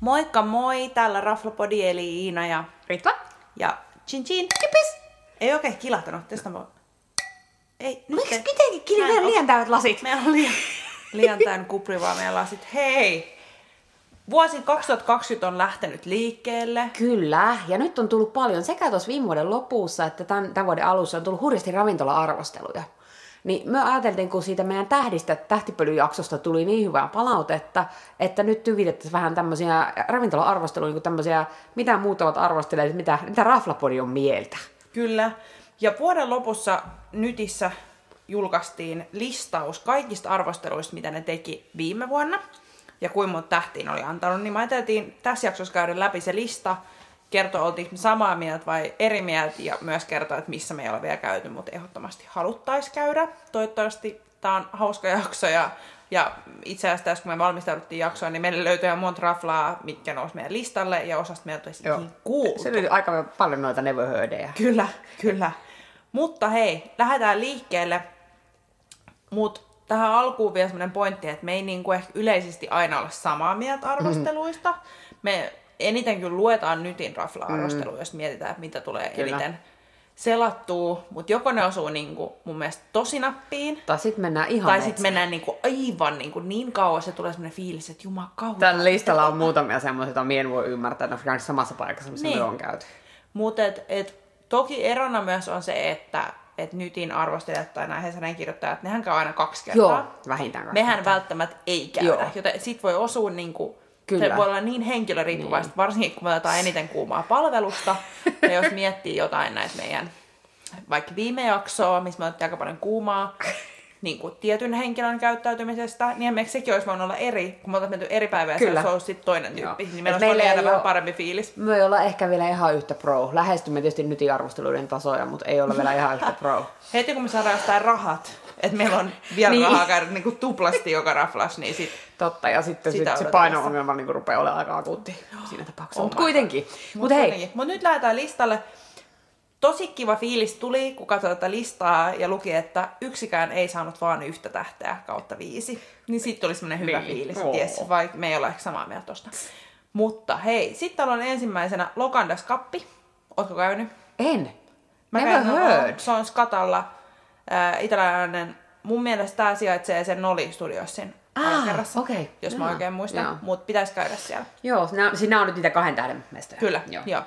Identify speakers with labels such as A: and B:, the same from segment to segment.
A: Moikka moi, täällä Raflapodi eli Iina ja,
B: Ritva?
A: ja chin chin, kipis! Ei oikein kilahtanut, tästä mä... Ei, nyt
B: Miksi
A: ei.
B: mitenkin
A: Näin
B: kilpeen
A: on.
B: liian täydet lasit?
A: Meillä on liian, liian tämän kuprivaa meidän lasit. Hei! Vuosi 2020 on lähtenyt liikkeelle.
B: Kyllä, ja nyt on tullut paljon sekä tuossa viime vuoden lopussa että tämän, tämän vuoden alussa on tullut hurjasti ravintola-arvosteluja. Niin me ajateltiin, kun siitä meidän tähdistä tähtipölyjaksosta tuli niin hyvää palautetta, että nyt tyvitettäisiin vähän tämmöisiä ravintola-arvosteluja, niin tämmöisiä, mitä muut ovat arvostelleet, mitä, mitä Raflapodi on mieltä.
A: Kyllä. Ja vuoden lopussa Nytissä julkaistiin listaus kaikista arvosteluista, mitä ne teki viime vuonna ja kuinka monta tähtiin oli antanut, niin me ajateltiin tässä jaksossa käydä läpi se lista, kertoa oltiinko me samaa mieltä vai eri mieltä ja myös kertoa, että missä me ei ole vielä käyty, mutta ehdottomasti haluttaisiin käydä. Toivottavasti tämä on hauska jakso ja, ja itse asiassa tässä kun me valmistauduttiin jaksoon, niin meille löytyi jo monta raflaa, mitkä nousi meidän listalle ja osasta meiltä olisi kuultu.
B: Se oli aika paljon noita nevohöödejä.
A: Kyllä, kyllä. Mutta hei, lähdetään liikkeelle. Mutta tähän alkuun vielä semmoinen pointti, että me ei niinku ehkä yleisesti aina ole samaa mieltä arvosteluista.
B: Mm-hmm.
A: Me eniten kyllä luetaan nytin rafla-arvostelua, jos mietitään, että mitä tulee
B: Mm. Kyllä.
A: eniten selattua. Mutta joko ne osuu niinku mun mielestä tosi nappiin,
B: Tai sitten mennään ihan
A: tai
B: metsään.
A: sitten mennään niinku aivan niinku niin kauas ja tulee semmoinen fiilis, että jumakauta,
B: Tällä listalla on muutamia semmoisia, joita mie en voi ymmärtää, että on samassa paikassa, missä
A: Niin.
B: me on käyty.
A: Mutta et, et, toki erona myös on se, että et nytin arvostelijat tai nämä Hesarin kirjoittajat, nehän käy aina kaksi kertaa.
B: Joo, vähintään kaksi.
A: Mehän välttämättä ei käydä,
B: Joo.
A: joten sit voi osua niinku,
B: Kyllä.
A: se voi olla niin henkilöriippuvaista, niin. varsinkin kun me otetaan eniten kuumaa palvelusta. ja jos miettii jotain näitä meidän, vaikka viime jaksoa, missä me otettiin aika paljon kuumaa, niin kuin tietyn henkilön käyttäytymisestä, niin emme sekin olisi voinut olla eri, kun me oltaisiin menty eri päivää ja
B: Kyllä.
A: se olisi ollut sitten toinen
B: Joo.
A: tyyppi, niin
B: Et
A: meillä olisi voinut
B: meillä ei
A: jäädä vähän
B: oo-
A: parempi fiilis.
B: Me ei olla ehkä vielä ihan yhtä pro. Lähestymme tietysti nyt arvosteluiden tasoja, mutta ei olla vielä ihan yhtä pro.
A: Heti kun me saadaan jostain rahat, että meillä on vielä niin.
B: Niin.
A: rahaa käydä niin kuin tuplasti joka raflas, niin sit
B: Totta, ja sitten
A: Sitä
B: sit se
A: odotellaan.
B: paino-ongelma niin rupeaa olemaan aika akuutti siinä tapauksessa.
A: Oh
B: Mutta
A: my
B: kuitenkin. Mutta hei,
A: kuitenkin. Mut nyt lähdetään listalle. Tosi kiva fiilis tuli, kun katsoi tätä listaa ja luki, että yksikään ei saanut vaan yhtä tähteä kautta viisi. Niin siitä tuli semmoinen hyvä
B: Niin.
A: fiilis,
B: Oo.
A: ties, vaikka me ei olla ehkä samaa mieltä tosta. Mutta hei, sitten täällä on ensimmäisenä Lokandas Kappi. Ootko käynyt?
B: en.
A: Mä
B: Never
A: käyn,
B: heard.
A: Se on Skatalla äh, italialainen. Mun mielestä tämä sijaitsee sen Noli Studiosin
B: Ah,
A: alakerrassa,
B: okei.
A: jos mä
B: Joo,
A: oikein
B: joo.
A: muistan. Mutta pitäisi käydä siellä.
B: Joo, siis sinä, sinä on nyt niitä kahden tähden mestoja.
A: Kyllä, joo.
B: Joo.
A: joo.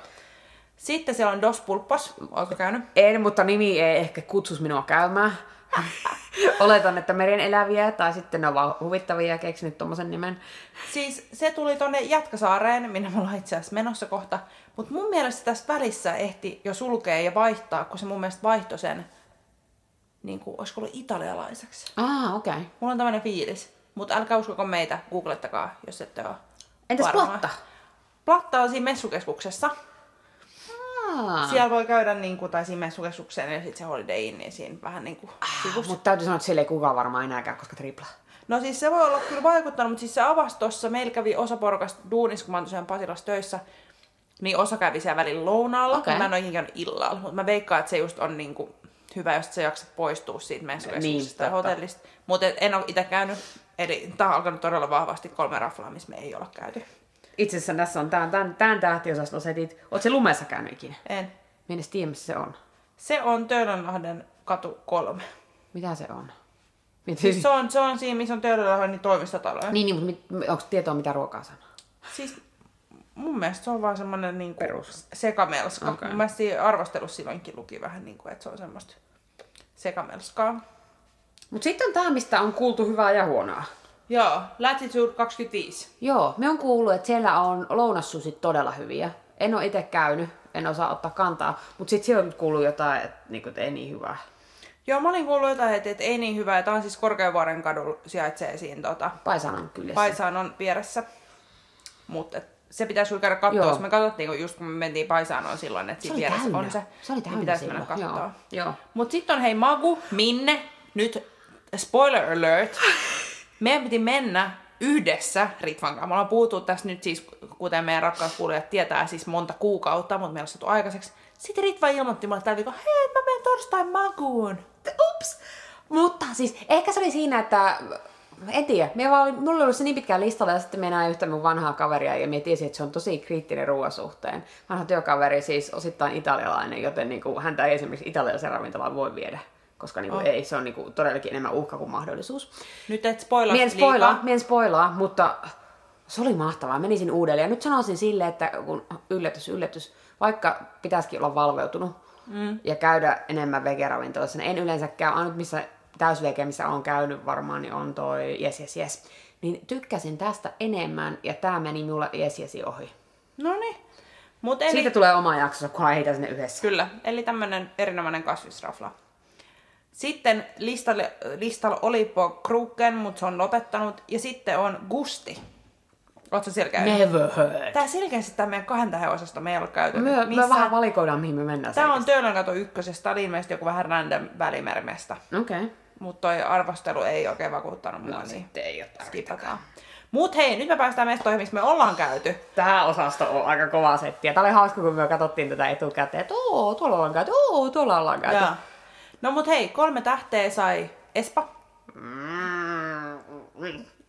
A: Sitten siellä on Dos Pulpos. Oletko käynyt?
B: En, mutta nimi ei ehkä kutsus minua käymään. Oletan, että meren eläviä tai sitten ne on vaan huvittavia ja keksinyt tommosen nimen.
A: Siis se tuli tonne Jätkäsaareen, minne me ollaan itse asiassa menossa kohta. Mutta mun mielestä tässä välissä ehti jo sulkea ja vaihtaa, kun se mun mielestä vaihtoi sen, niin kuin, olisiko ollut italialaiseksi.
B: Ah, okei. Okay.
A: Mulla on tämmöinen fiilis. Mutta älkää uskoko meitä, googlettakaa, jos ette ole
B: Entäs
A: varmaa.
B: platta?
A: Platta on siinä messukeskuksessa.
B: Ah.
A: Siellä voi käydä niin kuin, tai siinä messukeskukseen ja sitten se Holiday Inn, niin siinä vähän niin kuin sivussa.
B: Mutta täytyy sanoa, että siellä ei kukaan varmaan enää käy, koska tripla.
A: No siis se voi olla kyllä vaikuttanut, mutta siis se avasi tuossa, meillä kävi osa porukasta duunissa, kun mä oon tosiaan Pasilassa töissä, niin osa kävi siellä välillä lounaalla,
B: Okei.
A: okay. mä en oikein käynyt illalla, mutta mä veikkaan, että se just on niinku hyvä, jos sä jaksat poistua siitä
B: Niin,
A: messukeskuksesta tai
B: totta.
A: hotellista. Mutta en ole itse käynyt, eli tää on alkanut todella vahvasti kolme raflaa, missä me ei olla käyty.
B: Itse asiassa tässä on tämän, tämän, tämän tähtiosaston setit. Oot se lumessa käynyt ikinä?
A: En.
B: Minä edes tiedä, missä se on.
A: Se on Töölönlahden katu kolme.
B: Mitä se on? Mitä...
A: Siis se on, se on siinä, missä on Töölönlahden toimistotaloja.
B: Niin, niin mutta onko tietoa, mitä ruokaa sanoo?
A: Siis mun mielestä se on vaan semmoinen niinku
B: Perus.
A: sekamelska. Okay.
B: Okei.
A: Mun mielestä siinä arvostelussa silloinkin luki vähän niinku, että se on semmoista sekamelskaa.
B: Mutta sitten on tämä, mistä on kuultu hyvää ja huonoa.
A: Joo, Latitude 25.
B: Joo, me on kuullut, että siellä on lounassusit todella hyviä. En ole itse käynyt, en osaa ottaa kantaa, mutta sitten siellä on kuullut jotain, että niinku, et ei niin hyvää.
A: Joo, mä olin kuullut jotain, että, että ei niin hyvä, että on siis Korkeavuoren kadulla sijaitsee siinä tota,
B: Paisanan kylässä.
A: Paisaan on vieressä. Mutta se pitäisi kyllä käydä
B: Joo.
A: katsoa. Me katsottiin, kun just kun me mentiin Paisaan on silloin, että
B: se
A: siinä
B: oli
A: vieressä
B: täynnä.
A: on se.
B: se oli
A: niin
B: täynnä
A: pitäisi mennä
B: silloin.
A: katsoa.
B: Joo, joo.
A: Mut sitten on hei Magu, Minne, nyt spoiler alert, meidän piti mennä yhdessä Ritvan kanssa. Me ollaan puhuttu tässä nyt siis, kuten meidän rakkaat kuulijat tietää, siis monta kuukautta, mutta meillä on saatu aikaiseksi. Sitten Ritva ilmoitti mulle tällä viikolla, hei mä menen torstain Maguun.
B: Ups! Mutta siis ehkä se oli siinä, että en tiedä. Me vaan, oli- mulla oli ollut se niin pitkään listalla ja sitten minä näin yhtä mun vanhaa kaveria ja mä tiesin, että se on tosi kriittinen ruoan suhteen. Vanha työkaveri siis osittain italialainen, joten niin kuin, häntä ei esimerkiksi italialaisen ravintolaan voi viedä, koska niin kuin, ei, se on niin kuin, todellakin enemmän uhka kuin mahdollisuus.
A: Nyt et spoilaa
B: Mien
A: sit liikaa.
B: spoilaa, mien spoilaa, mutta se oli mahtavaa. Menisin uudelleen. Ja nyt sanoisin sille, että kun yllätys, yllätys, vaikka pitäisikin olla valveutunut mm. ja käydä enemmän vegeravintolassa. niin En yleensä käy, ainut missä täysvege, missä on käynyt varmaan, niin on toi jes, jes, jes. Niin tykkäsin tästä enemmän ja tämä meni mulla jes, jesi ohi.
A: No niin. Mut eli,
B: Siitä tulee oma jaksossa, kunhan heitä sinne yhdessä.
A: kyllä, eli tämmönen erinomainen kasvisrafla. Sitten listalle, listalla oli Po Kruken, mutta se on lopettanut. Ja sitten on Gusti. Oletko siellä käynyt?
B: Never heard.
A: Tää selkeästi tämä meidän kahden tähän osasta me ei ole käyty.
B: Me, me
A: missään.
B: vähän valikoidaan, mihin me mennään.
A: Tää on Töölön kato ykkösestä, tää oli ilmeisesti joku vähän random välimermestä.
B: Okei. Okay.
A: Mutta toi arvostelu ei oikein vakuuttanut mua,
B: No,
A: niin
B: sitten ei ole tarvitse.
A: skipataan. Mut hei, nyt me päästään mestoihin, missä me ollaan käyty.
B: Tähän osasto on aika kova settiä. Tää oli hauska, kun me katsottiin tätä etukäteen, että oo, tuolla ollaan käyty, oo, tuolla ollaan käyty.
A: Jaa. No mut hei, kolme tähteä sai Espa.
B: Mm.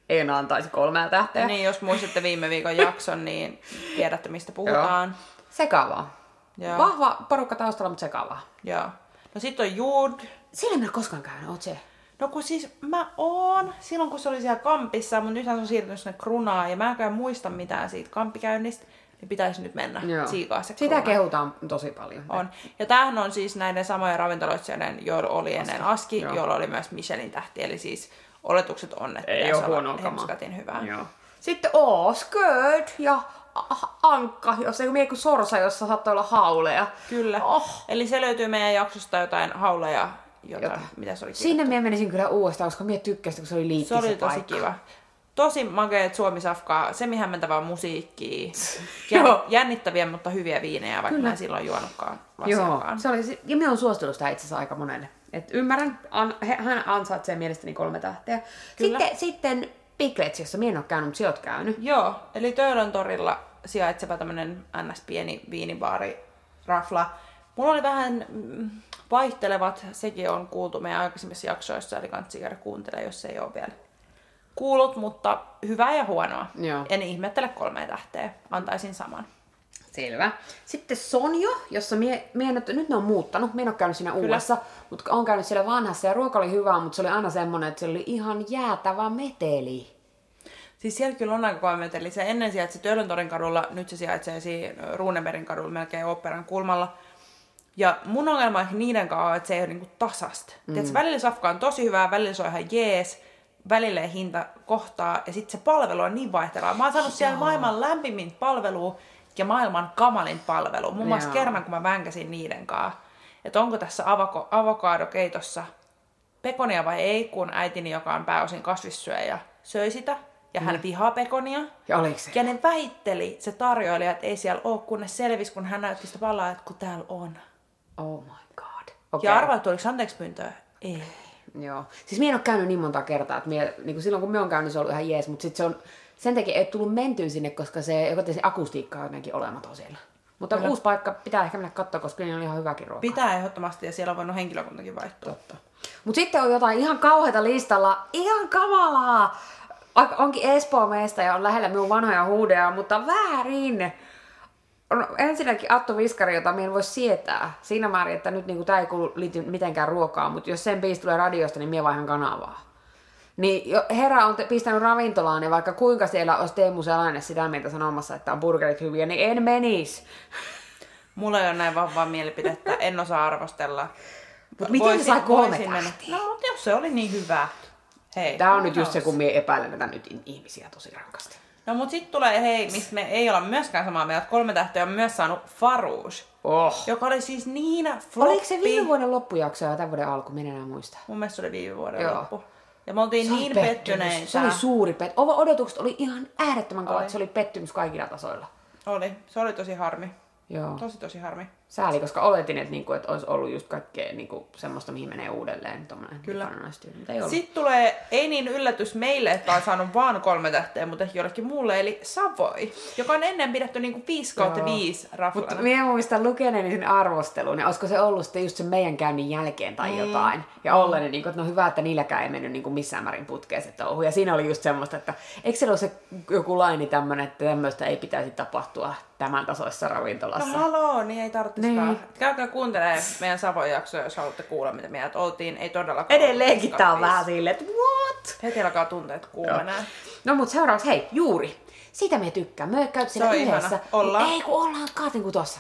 B: En antaisi kolmea tähteä.
A: Ja. Niin, jos muistatte viime viikon jakson, niin tiedätte mistä puhutaan.
B: Sekavaa.
A: Joo.
B: Vahva porukka taustalla, mutta sekavaa.
A: Joo. No sit on Juud.
B: Siellä en ole koskaan käynyt, oot se?
A: No kun siis mä oon silloin kun se oli siellä kampissa, mutta nythän se on siirtynyt sinne Krunaan ja mä en muista mitään siitä kamppikäynnistä, niin pitäisi nyt mennä siikaa se
B: Sitä
A: Kruna.
B: kehutaan tosi paljon.
A: on. Ja tämähän on siis näiden samojen ravintoloitsijoiden, joilla oli ennen Aski,
B: Joo.
A: jolla oli myös Michelin tähti, eli siis oletukset on, että
B: Ei
A: pitäisi
B: ole
A: olla
B: huonoa kamaa.
A: hemskatin hyvää.
B: Joo. Sitten Osköd ja ah, Ankka, jos ei mie kuin sorsa, jossa saattoi olla hauleja.
A: Kyllä.
B: Oh.
A: Eli se löytyy meidän jaksosta jotain hauleja, jotain,
B: Jotain.
A: mitä se oli.
B: Sinne mie menisin kyllä uudestaan, koska mie tykkäsin, kun se oli liitti
A: se oli tosi
B: paikka.
A: kiva. Tosi makea että suomisafkaa, semihämmentävää musiikkia,
B: Joo.
A: jän, jännittäviä, mutta hyviä viinejä, vaikka
B: Kyllä.
A: mä en silloin juonutkaan
B: Joo,
A: lasiakaan.
B: se oli, si- ja minä olen suostellut sitä itse asiassa aika monelle. Et ymmärrän, an, he, hän ansaitsee mielestäni kolme tähteä.
A: Kyllä.
B: Sitten, sitten Piglets, jossa minä en ole käynyt, mutta sinä olet käynyt.
A: Joo, eli Töölön torilla sijaitseva tämmönen NS-pieni viinibaari, rafla. Mulla oli vähän mm, vaihtelevat, sekin on kuultu meidän aikaisemmissa jaksoissa, eli kannattaa käydä kuuntelemaan, jos ei ole vielä kuullut, mutta hyvää ja huonoa.
B: Joo.
A: En ihmettele kolmea tähteä, antaisin saman.
B: Selvä. Sitten Sonjo, jossa mie, mie en, ole- nyt ne on muuttanut, minä en ole käynyt siinä uudessa, mutta olen käynyt siellä vanhassa ja ruoka oli hyvää, mutta se oli aina semmoinen, että se oli ihan jäätävä meteli.
A: Siis siellä kyllä on aika kova meteli. Se ennen sijaitsi Töölöntorin kadulla, nyt se sijaitsee siinä Ruunemerin kadulla, melkein oopperan kulmalla. Ja mun ongelma on niiden kanssa, on, että se ei ole niinku tasasta. Mm. Tiedätkö, välillä safka on tosi hyvää, välillä se on ihan jees, välillä ei hinta kohtaa ja sitten se palvelu on niin vaihtelevaa. Mä oon saanut siellä maailman lämpimin palvelua ja maailman kamalin palvelu. Muun muassa
B: Joo.
A: kerran, kun mä vänkäsin niiden kanssa, että onko tässä avako, avokadokeitossa pekonia vai ei, kun äitini, joka on pääosin kasvissyöjä, söi sitä ja hän vihaa pekonia.
B: Ja oliko se?
A: Ja ne väitteli se tarjoilija, että ei siellä ole, kunnes selvisi, kun hän näytti sitä palaa, että kun täällä on.
B: Oh my god.
A: Ja arvaat, oliko anteeksi pyyntöä? Ei.
B: Joo. Siis minä en ole käynyt niin monta kertaa, että mie, niin kuin silloin kun me on käynyt, se on ollut ihan jees, mutta sit se on, sen takia ei ole tullut mentyä sinne, koska se, joko se akustiikka on jotenkin olematon siellä. Mutta Kyllä. uusi paikka pitää ehkä mennä katsoa, koska niillä on ihan hyväkin ruokaa.
A: Pitää ehdottomasti ja siellä on voinut henkilökuntakin vaihtua.
B: Totta. Mutta sitten on jotain ihan kauheita listalla, ihan kamalaa. Aika- Onkin Espoo meistä ja on lähellä minun vanhoja huudeja, mutta väärin. No, ensinnäkin Attu Viskari, jota minä en voi sietää siinä määrin, että nyt niin tämä ei kuulu liity mitenkään ruokaan, mutta jos sen biisi tulee radiosta, niin minä vaihan kanavaa. Niin jo- herra on te- pistänyt ravintolaan ja vaikka kuinka siellä olisi Teemu Selainen sitä mieltä sanomassa, että on burgerit hyviä, niin en menisi.
A: Mulla ei ole näin vahvaa mielipidettä, en osaa arvostella.
B: Mut miten se sai kolme tähteä?
A: No, mutta jos se oli niin hyvä. Hei.
B: Tämä on
A: who
B: nyt just se,
A: knows?
B: kun minä epäilen tätä nyt in- ihmisiä tosi rankasti.
A: No mut sit tulee, hei, mistä me ei olla myöskään samaa mieltä, kolme tähteä on myös saanut Farouche,
B: Oh.
A: joka oli siis niin floppi.
B: Oliko se viime vuoden loppujakso ja tämän vuoden alku? Minä en enää muista.
A: Mun mielestä se oli viime vuoden
B: Joo.
A: loppu. Ja me oltiin
B: Se oli
A: niin
B: pettymys.
A: pettyneitä.
B: Se oli suuri pettymys. Odotukset oli ihan äärettömän kovat. Se oli pettymys kaikilla tasoilla.
A: oli. Se oli tosi harmi.
B: Joo.
A: Tosi tosi harmi.
B: sääli, koska oletin, että, niinku, että olisi ollut just kaikkea niinku, semmoista, mihin menee uudelleen tuommoinen
A: Kyllä.
B: libanonaistyö, mutta ei ollut.
A: Sitten tulee ei niin yllätys meille, että on saanut vaan kolme tähteä, mutta ehkä jollekin muulle, eli Savoi, joka on ennen pidetty niinku 5 kautta
B: Joo.
A: 5
B: Mutta
A: raflana.
B: minä muistan lukeneeni sen arvostelun, ja olisiko se ollut sitten just sen meidän käynnin jälkeen
A: Niin.
B: tai mm. jotain. Ja olleeni, niin kuin, että no hyvä, että niilläkään ei mennyt niin kuin missään määrin putkeen se touhu. Ja siinä oli just semmoista, että eikö se ole se joku laini tämmöinen, että tämmöistä ei pitäisi tapahtua tämän tasoisessa
A: No
B: ravintolassa.
A: haloo, niin ei tarvitsisikaan.
B: Niin.
A: Käykää kuuntelemaan meidän Savon jaksoja, jos haluatte kuulla, mitä mieltä oltiin. Ei todellakaan.
B: Edelleenkin
A: ollut
B: tää on
A: 5.
B: vähän silleen, että what?
A: Heti alkaa tunteet kuumenee.
B: No mut seuraavaksi, hei, juuri. Sitä me tykkään. Me käyt siellä
A: on ihana.
B: yhdessä. Niin
A: Ollaan.
B: Ei kun ollaan kaatin kuin tuossa.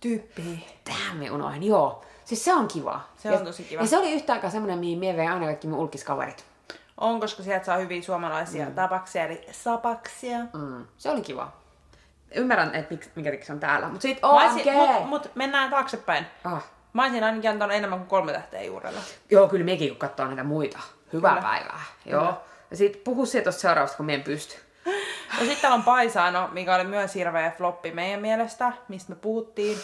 A: Tyyppi.
B: Tähän me unohdin, joo. Siis se on kiva.
A: Se on tosi kiva.
B: Ja se oli yhtä aikaa semmoinen, mihin mie vein aina kaikki mun ulkiskaverit.
A: On, koska sieltä saa hyviä suomalaisia mm. tapaksia, eli sapaksia. Mm.
B: Mm. Se oli kiva. Ymmärrän, että miksi- minkä takia se on täällä. Mut sit
A: Olisin, mut,
B: OMG!
A: mut mennään taaksepäin.
B: Ah.
A: Mä olisin ainakin antanut enemmän kuin kolme tähteä juurella.
B: Joo, kyllä mekin kun katsoo näitä muita. Hyvää
A: Kyllä.
B: päivää. Joo. Ja sit puhu siitä tuosta seuraavasta, kun mien pysty.
A: Ja sitten täällä on Paisano, mikä oli myös hirveä floppi meidän mielestä, mistä me puhuttiin.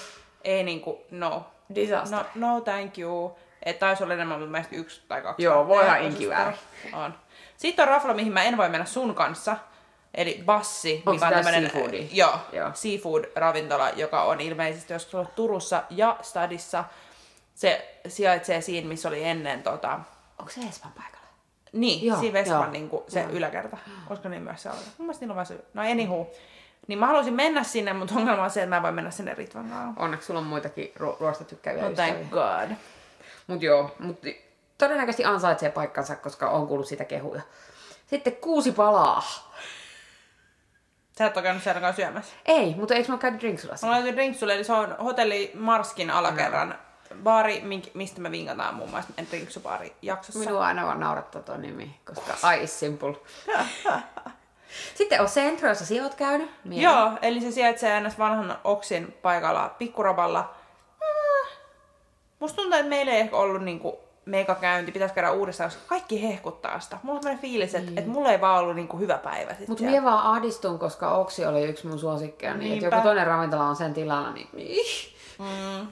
A: Ei niinku, no.
B: Disaster.
A: No, no thank you. Että taisi olla enemmän mun mielestä yksi tai kaksi.
B: Joo,
A: tähteä
B: voihan
A: osasta.
B: inkivääri.
A: On. Sitten on rafla, mihin mä en voi mennä sun kanssa. Eli Bassi,
B: Onks
A: mikä on
B: tää
A: tämmönen
B: seafoodi?
A: joo,
B: Joo.
A: seafood-ravintola, joka on ilmeisesti joskus ollut Turussa ja Stadissa. Se sijaitsee siinä, missä oli ennen tota,
B: Onko se Espan paikalla?
A: niin, joo,
B: Joo,
A: siinä Vespan
B: joo.
A: niin kuin, se
B: Joo. yläkerta.
A: Olisiko niin myös se olla? Mun mielestä niillä on vaan se. No anywho. Niin mä haluaisin mennä sinne, mutta ongelma on se, että mä en voi mennä sinne Ritvan kanssa.
B: Onneksi sulla on muitakin ru- ruoasta tykkääviä
A: No
B: ystäviä.
A: thank god.
B: Mut joo, mut todennäköisesti ansaitsee paikkansa, koska on kuullut siitä kehuja. Sitten kuusi palaa.
A: Sä et ole käynyt siellä kanssa syömässä.
B: Ei, mutta eikö mä käynyt drinksulassa?
A: Mä laitin drinksulle, eli se on hotelli Marskin alakerran baari, mink- mistä me vinkataan muun muassa meidän drinksubaari jaksossa.
B: Minua aina vaan naurattaa tuo nimi, koska I is simple. Sitten on Centro, jossa sinä oot käynyt. Mie-
A: Joo, eli se sijaitsee ns. vanhan Oksin paikalla pikkuravalla. Mm. Musta tuntuu, että meillä ei ehkä ollut niinku meikakäynti, pitäisi käydä uudestaan, koska kaikki hehkuttaa sitä. Mulla on sellainen fiilis, että, että mulla ei vaan ollut niinku hyvä päivä sit
B: Mutta
A: siellä.
B: mie vaan ahdistun, koska Oksi oli yksi mun suosikkeja, niin että
A: Niinpä.
B: joku toinen ravintola on sen tilalla, niin... Mm.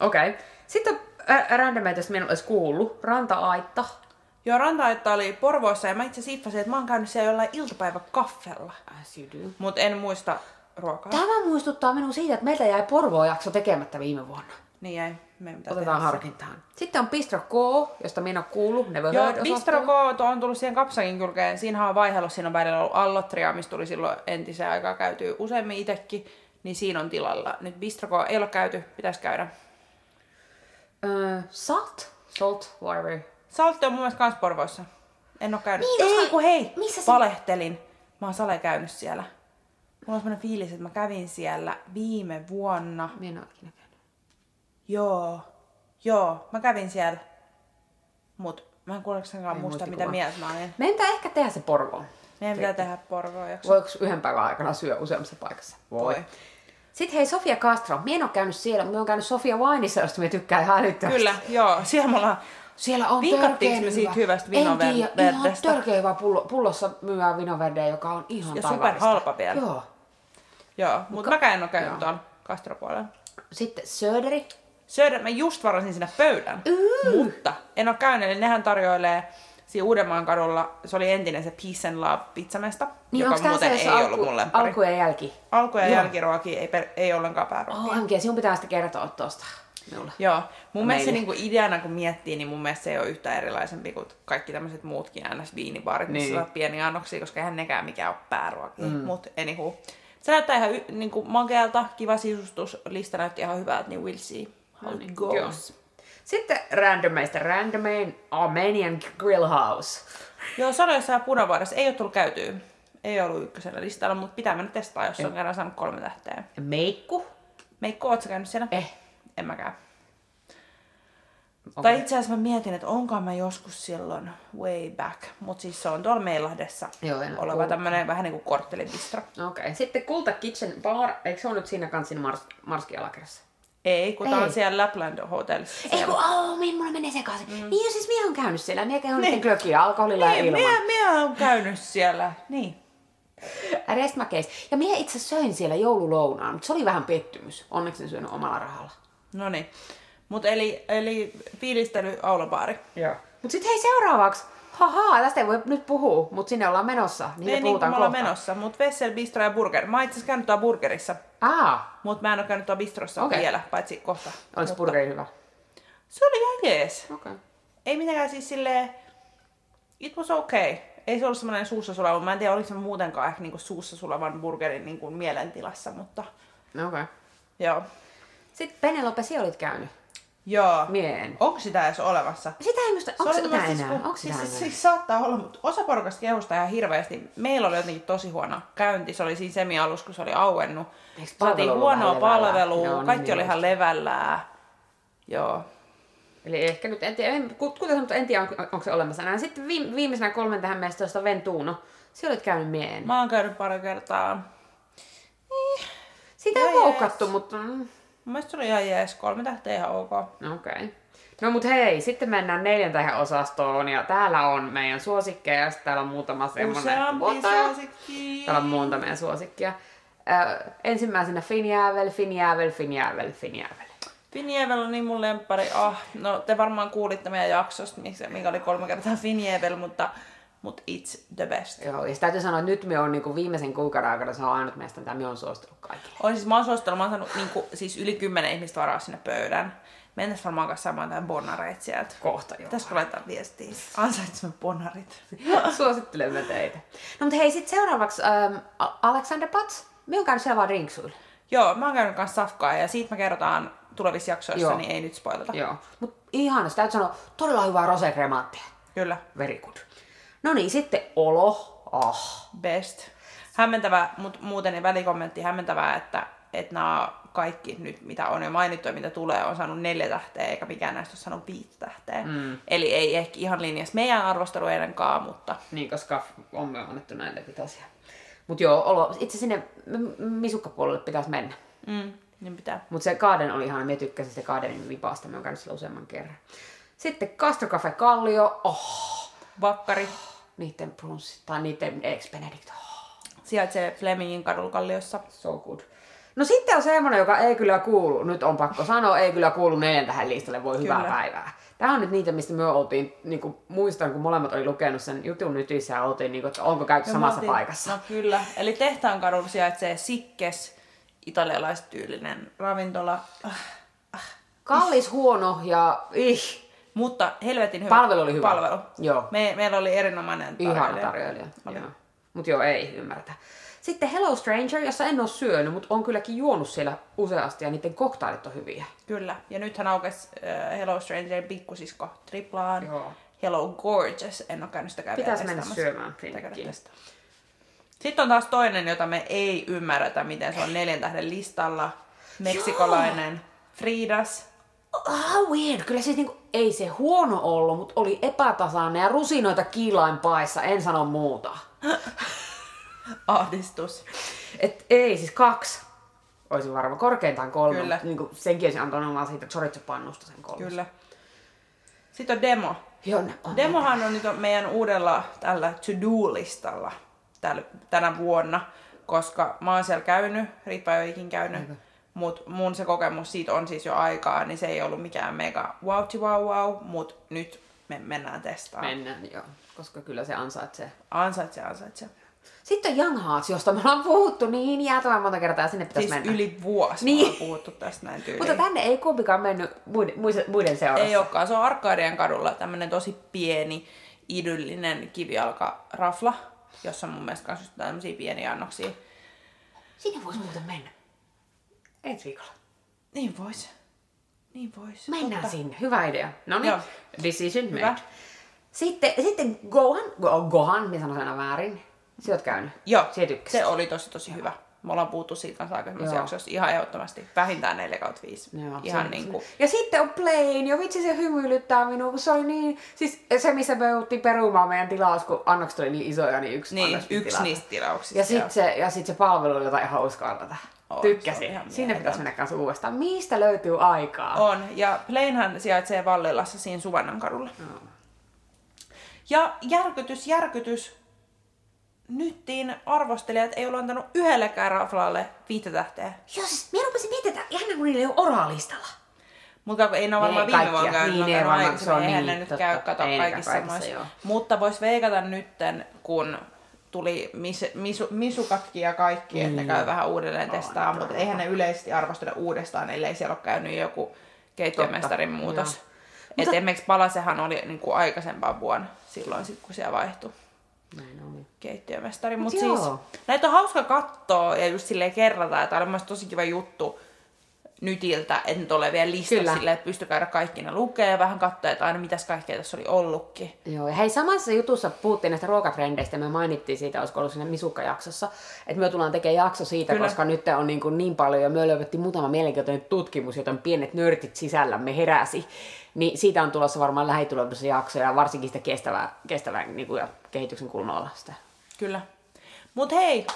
B: Okei. Okay. Sitten ä- randomeita, jos mä en olisi kuullut. Ranta-aitta.
A: Joo, Rantaetta oli Porvoossa ja mä itse siffasin, että mä oon käynyt siellä jollain iltapäiväkaffella.
B: As you do.
A: Mut en muista ruokaa.
B: Tämä muistuttaa minua siitä, että meiltä jäi Porvoo-jakso tekemättä viime vuonna.
A: Niin ei, me ei mitään
B: Otetaan harkintaan. Sitten on Bistro K, josta minä en ole kuullut. Ne voi
A: Joo, Bistro K on tullut siihen kapsakin kylkeen. Siinä on vaihdellut, siinä on välillä ollut allotria, mistä tuli silloin entiseen aikaan käyty useammin itsekin. Niin siinä on tilalla. Nyt Bistro K ei ole käyty, pitäisi käydä.
B: Öö, salt? Salt, whatever.
A: Saltti on mun mielestä kans Porvoissa. En oo käynyt.
B: Niin,
A: ei,
B: onhan-
A: kun hei,
B: missä se-
A: valehtelin. Mä oon sale käynyt siellä. Mulla on semmonen fiilis, että mä kävin siellä viime vuonna.
B: Minä en ole ikinä käynyt.
A: Joo, joo, mä kävin siellä. Mut mä en kuuleksenikaan muista, mitä
B: muistikuva.
A: mieltä mä olin.
B: Meidän pitää ehkä tehdä se Porvoon.
A: Meidän pitää tehdä Porvoa jakso.
B: Voiko yhden päivän aikana syö useammassa paikassa?
A: Voi.
B: Sitten hei Sofia Castro. Minä en ole käynyt siellä, mutta minä olen käynyt Sofia Wineissa, josta minä tykkään ihan älyttömästi.
A: Kyllä, joo. Siellä me ollaan
B: Siellä on
A: Vinkattiinko
B: törkeen
A: me
B: hyvä.
A: siitä hyvästä
B: En tiedä, ihan
A: vinoverdestä?
B: törkeä hyvä pullo, pullossa myyvää vinoverdeä, joka on ihan
A: Ja
B: taivallista.
A: superhalpa vielä.
B: Joo.
A: Joo, mutta mäkään en ole käynyt tuolla Kastropuolella.
B: Sitten Söderi.
A: Söder, mä just varasin sinne pöydän, mutta en ole käynyt, eli nehän tarjoilee siinä Uudenmaan kadulla, se oli entinen se Peace and Love pizzamesta,
B: Niin
A: joka
B: onko tää
A: muuten
B: se,
A: ei
B: jossa
A: ollut mun lemppari. Alku,
B: alku ja jälki?
A: alku- ja
B: Joo.
A: jälkiruoki ei, per, ei ollenkaan pääruoki.
B: OMG, sinun pitää sitä kertoa tuosta minulle.
A: Joo, mun mielestä se
B: Meille.
A: niinku ideana kun miettii, niin mun mielestä se ei ole yhtään erilaisempi kuin kaikki tämmöiset muutkin ns. viinibaarit, niin. missä
B: Niin.
A: on pieni annoksia, koska eihän nekään mikään ole pääruokia. Mm. Mut anywho. Se näyttää ihan y- niinku makealta, kiva sisustus, lista näytti ihan hyvältä, niin we'll see how it goes. Joo.
B: Sitten randomeista, randomein Armenian Grill House.
A: Joo, se oli jossain punavuoressa, ei ole tullut käytyä. Ei ollut ykkösellä listalla, mutta pitää mennä testaa, jos on kerran saanut kolme tähteä.
B: Meikku.
A: Meikko, ootko sä käynyt siellä?
B: Eh.
A: En mäkään.
B: Okei.
A: Tai itse asiassa mä mietin, että onko mä joskus silloin way back. Mutta siis se on tuolla Meilahdessa
B: Joo, en ole
A: oleva
B: kuullut.
A: tämmönen vähän niin kuin korttelibistro.
B: Okei. Okay. Sitten Kulta Kitchen Bar. Eikö se ole nyt siinä kanssa siinä mars, Marski-alakerrassa?
A: Ei, kun tää on
B: Ei.
A: siellä Lapland Hotellissa.
B: Ei kun, oh, min, mulla menee sekaisin. Mm. Niin jo, siis minä olen käynyt siellä. Minä käyn niin. klökiä alkoholilla ja
A: Niin,
B: ilman.
A: minä, minä oon käynyt siellä. Niin.
B: Restmakeis. Ja minä itse söin siellä joululounaan, mutta se oli vähän pettymys. Onneksi en syönyt omalla rahalla.
A: No niin. Mutta eli, eli fiilistely aulabaari.
B: Joo. Mutta sitten hei seuraavaksi. Haha, tästä ei voi nyt puhua, mutta sinne ollaan menossa. Niitä
A: Niin, niin kuin
B: puhutaan
A: me
B: kohta.
A: ollaan menossa, mutta Vessel, Bistro ja Burger. Mä oon itse asiassa käynyt tuolla Burgerissa,
B: Aa,
A: mutta mä en ole käynyt tuolla Bistrossa
B: Okei.
A: okay. vielä, paitsi kohta.
B: olis burgeri hyvä.
A: Se oli ihan jees.
B: Okei. Okay.
A: Ei mitenkään siis silleen, it was okay. Ei se ollut semmoinen suussa sulava, mä en tiedä oliko se muutenkaan ehkä niinku suussa sulavan burgerin niinku mielentilassa, mutta
B: No okei.
A: joo.
B: Sitten Penelope, siellä olit käynyt.
A: Joo.
B: Mien.
A: Onko sitä edes olemassa?
B: Sitä ei muista,
A: Se
B: onko
A: oli
B: sitä
A: mun
B: enää?
A: kun-
B: Onko sitä
A: siis,
B: enää?
A: siis, siis, saattaa olla, mutta osa porukasta kehustaa ihan hirveästi. Meillä oli jotenkin tosi huono käynti. Se oli siinä semialus, kun se oli auennut.
B: Eiks palvelu
A: Saatiin
B: ollut
A: huonoa
B: vähän levällään?
A: palvelua,
B: Joo, niin
A: kaikki oli
B: just.
A: ihan levällään. Joo.
B: Eli ehkä nyt, en tiedä, en, ku- kuten sanottu, en tiedä, onko, onko se olemassa enää. Sitten viim, viimeisenä kolmen tähän meistä tuosta Ventuuno. Siellä olit käynyt miehen.
A: Mä oon käynyt pari kertaa.
B: Sitä
A: Joo,
B: ei
A: jees.
B: loukattu, mutta... Mm,
A: Mun mielestä se oli ihan jees. Kolme tähteä ihan ok.
B: no okei. Okay. No mut hei, sitten mennään neljäntähän osastoon ja täällä on meidän suosikkeja ja sitten täällä on muutama semmonen.
A: Useampi
B: What the-
A: suosikki.
B: Täällä on monta meidän suosikkia. Ö, ensimmäisenä Finjäävel, Finjäävel, Finjäävel, Finjäävel.
A: Finjevel on niin mun lemppari. Ah, no te varmaan kuulitte meidän jaksosta, missä- minkä oli kolme kertaa Finjevel, mutta, mutta it's the best.
B: Joo, ja sitä täytyy sanoa, että nyt me on niinku viimeisen kuukauden aikana, se on ainut meistä, mitä me on suostunut kaikille.
A: On siis, mä oon suositellut, mä oon saanut niinku, siis yli kymmenen ihmistä varaa sinne pöydän. Mennäs varmaan kanssa saamaan tämän bonnareet sieltä.
B: Kohta joo.
A: Pitäisikö laittaa viestiä? Ansaitsemme bonnarit.
B: Suosittelemme teitä. No mutta hei, sitten seuraavaksi ähm, A- Alexander Pats. Me on käynyt siellä vaan rinksuilla.
A: Joo, mä oon käynyt kanssa safkaa ja siitä me kerrotaan tulevissa jaksoissa,
B: Joo.
A: Joo. niin ei nyt spoilata. Joo.
B: Joo. Mut ihana, sitä täytyy sanoa, todella hyvää rosekremanttia.
A: Kyllä,
B: Very good. No niin, sitten olo. Ah.
A: best. Hämmentävä, mutta muuten niin välikommentti hämmentävää, että, että nämä kaikki nyt, mitä on jo mainittu ja mitä tulee, on saanut neljä tähteä, eikä mikään näistä ole saanut viittä tähteä. Mm. Eli ei ehkä ihan linjassa meidän arvosteluiden kanssa, mutta
B: Niin, koska on me annettu näille vitosia. Mut joo, olo, itse sinne m- m- misukkapuolelle pitäisi mennä.
A: mm, niin pitää.
B: Mutta se Garden oli ihana, mä tykkäsin sitä Gardenin vipasta, mä oon käynyt sillä useamman kerran. Sitten Castro Cafe Kallio, oh,
A: Vakkari,
B: niiden brunssit, tai niiden ex Benedict, oh,
A: sijaitsee Flemingin kadulkalliossa.
B: so good. No sitten on semmonen, joka ei kyllä kuulu, nyt on pakko sanoa, ei kyllä kuulu neljän tähän listalle, voi hyvää
A: Kyllä.
B: päivää. Tämä on nyt niitä, mistä me oltiin, niin kuin, muistan kun molemmat oli lukenut sen jutun nytissä ja oltiin, niin kuin, että onko käyty samassa
A: Mä otin-
B: paikassa.
A: No kyllä. Eli tehtaan kadulla sijaitsee Sikkes, italialaistyylinen ravintola. Ah,
B: Kallis, huono ja ih,
A: Mutta helvetin hyvä.
B: Palvelu oli hyvä.
A: Palvelu.
B: Joo.
A: Me, meillä oli erinomainen
B: Ihana
A: tarjoilija.
B: tarjoilija. Joo. Mut joo, ei ymmärretä. Sitten Hello Stranger, jossa en ole syönyt, mutta on kylläkin juonut siellä useasti ja niiden koktailit on hyviä.
A: Kyllä. Ja nythän aukesi äh, Hello Stranger pikkusisko triplaan.
B: Joo.
A: Hello Gorgeous. En ole käynyt sitäkään vielä
B: Pitäis mennä
A: testaamassa.
B: syömään
A: Pitää käydä
B: finnekin.
A: testaa. Sitten on taas toinen, jota me ei ymmärretä, miten se on neljän tähden listalla. Meksikolainen Fridas.
B: Ah, weird. Kyllä siis niinku, ei se huono ollut, mutta oli epätasainen ja rusinoita kiilain paissa, en sano muuta.
A: Ahdistus.
B: Et ei, siis kaksi. Olisin varma korkeintaan kolme.
A: Kyllä.
B: Kyllä. Niinku, senkin olisin antanut vaan siitä chorizo-pannusta sen kolme.
A: Kyllä. Sitten on demo.
B: Joo, ne on.
A: Demohan on nyt meidän uudella tällä to-do-listalla tällä, tänä vuonna, koska mä oon siellä käynyt, Ritva ei ole ikin käynyt, mutta mun se kokemus siitä on siis jo aikaa, niin se ei ollut mikään mega wow wow wow, mutta nyt me mennään testaamaan. Men.
B: Mennään, joo. Koska kyllä se ansaitsee
A: Ansaitse, ansaitse.
B: Sitten on Young Hearts, josta me ollaan puhuttu niin jäätävän monta kertaa ja sinne pitäisi
A: Siis
B: mennä.
A: yli vuosi
B: Niin.
A: niin. on puhuttu tästä näin tyyliin.
B: Mutta tänne ei kumpikaan mennyt muiden, muiden, muiden seurassa.
A: Ei olekaan, se on Arkadian kadulla tämmönen tosi pieni, idyllinen kivijalkarafla, jossa on mun mielestä kans just tämmösiä pieniä annoksia.
B: Sinne voisi muuten mennä. Ensi viikolla.
A: Niin vois. Niin vois.
B: Mennään
A: Totta.
B: sinne. Hyvä idea. No niin,
A: Joo.
B: decision made.
A: Hyvä.
B: Sitten, sitten Gohan, Go, oh, Gohan, minä sanon sen aina väärin. Sä oot käynyt.
A: Joo,
B: Sä tykkäsit.
A: se oli tosi tosi hyvä. Me ollaan puhuttu siitä kanssa aikaisemmassa
B: Joo.
A: jaksossa ihan ehdottomasti. Vähintään 4 kautta 5.
B: Joo,
A: ihan
B: se-
A: niin kuin,
B: Ja sitten on Plain, jo vitsi se hymyilyttää minua, kun se oli niin... Siis se, missä me jouttiin perumaan meidän tilaus, kun annokset oli niin isoja, niin yksi
A: niin,
B: annos piti
A: yksi
B: tilata.
A: niistä tilauksista.
B: Ja sitten se, ja sit se palvelu oli jotain ihan uskallata.
A: On, se
B: Tykkäsin.
A: on ihan
B: Sinne
A: mieletön.
B: pitäisi mennä kanssa uudestaan. Mistä löytyy aikaa?
A: On, ja Plainhan sijaitsee Vallilassa siinä Suvannan kadulla. Ja järkytys, järkytys, nyttiin arvostelijat ei ole antanut yhdellekään raflalle viittä tähteä.
B: Joo, siis minä rupesin miettimään, että jännä kun niillä ei ole oraalistalla.
A: Mutta kun ei ne ole
B: Ne
A: varmaan
B: ei
A: viime
B: kaikkia.
A: vuonna käynyt,
B: Niin, ne
A: ne
B: ei
A: on
B: varmaan,
A: aikaisemmin,
B: se on
A: eihän
B: niin,
A: ne nyt
B: totta.
A: käy kato
B: Ei ne käy
A: kaikissa
B: kaikissa,
A: noissa.
B: joo.
A: Mutta vois veikata nytten, kun tuli mis, misu, misukakki ja kaikki, mm.
B: Niin.
A: että ne käy vähän uudelleen testaa, mutta eihän ne yleisesti arvostele uudestaan, ellei siellä ole käynyt joku keittiömestarin
B: Totta,
A: muutos.
B: joo.
A: Et
B: Mutta-
A: esimerkiksi palasehan oli niin kuin aikaisempaan vuonna silloin, sit, kun siellä vaihtui
B: Näin oli.
A: keittiömestari. Mutta
B: Mut
A: siis
B: joo.
A: näitä on hauska katsoa ja just silleen kerrata. Ja tää oli mun mielestä tosi kiva juttu nytiltä, että nyt ole vielä lista
B: Kyllä.
A: silleen, että pysty käydä kaikki ne lukee ja vähän katsoa, että aina mitäs kaikkea tässä oli ollutkin.
B: Joo, ja hei, samassa jutussa puhuttiin näistä ruokatrendeistä, me mainittiin siitä, olisiko ollut siinä misukkajaksossa, että me tullaan tekemään jakso siitä,
A: Kyllä.
B: Kyllä. koska nyt on niin, kuin niin paljon, ja me löydettiin muutama mielenkiintoinen tutkimus, joten pienet nörtit sisällämme heräsi, niin siitä on tulossa varmaan lähitulevaisuudessa jaksoja, varsinkin sitä kestävää, kestävän niin kuin, ja kehityksen kulmalla sitä.
A: Kyllä. Mut hei,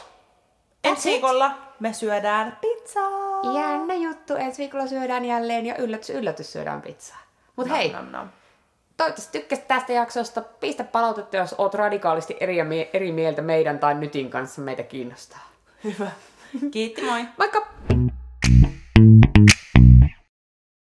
A: ensi
B: it.
A: viikolla me syödään pizzaa.
B: Jännä juttu, ensi viikolla syödään jälleen, ja yllätys, yllätys syödään pizzaa. Mutta hei,
A: Nom, nom, nom.
B: Toivottavasti tykkäsit tästä jaksosta. Pistä palautetta, jos oot radikaalisti eri, mie- eri mieltä meidän tai Nytin kanssa. Meitä kiinnostaa.
A: Hyvä. Kiitti, moi.
B: Moikka!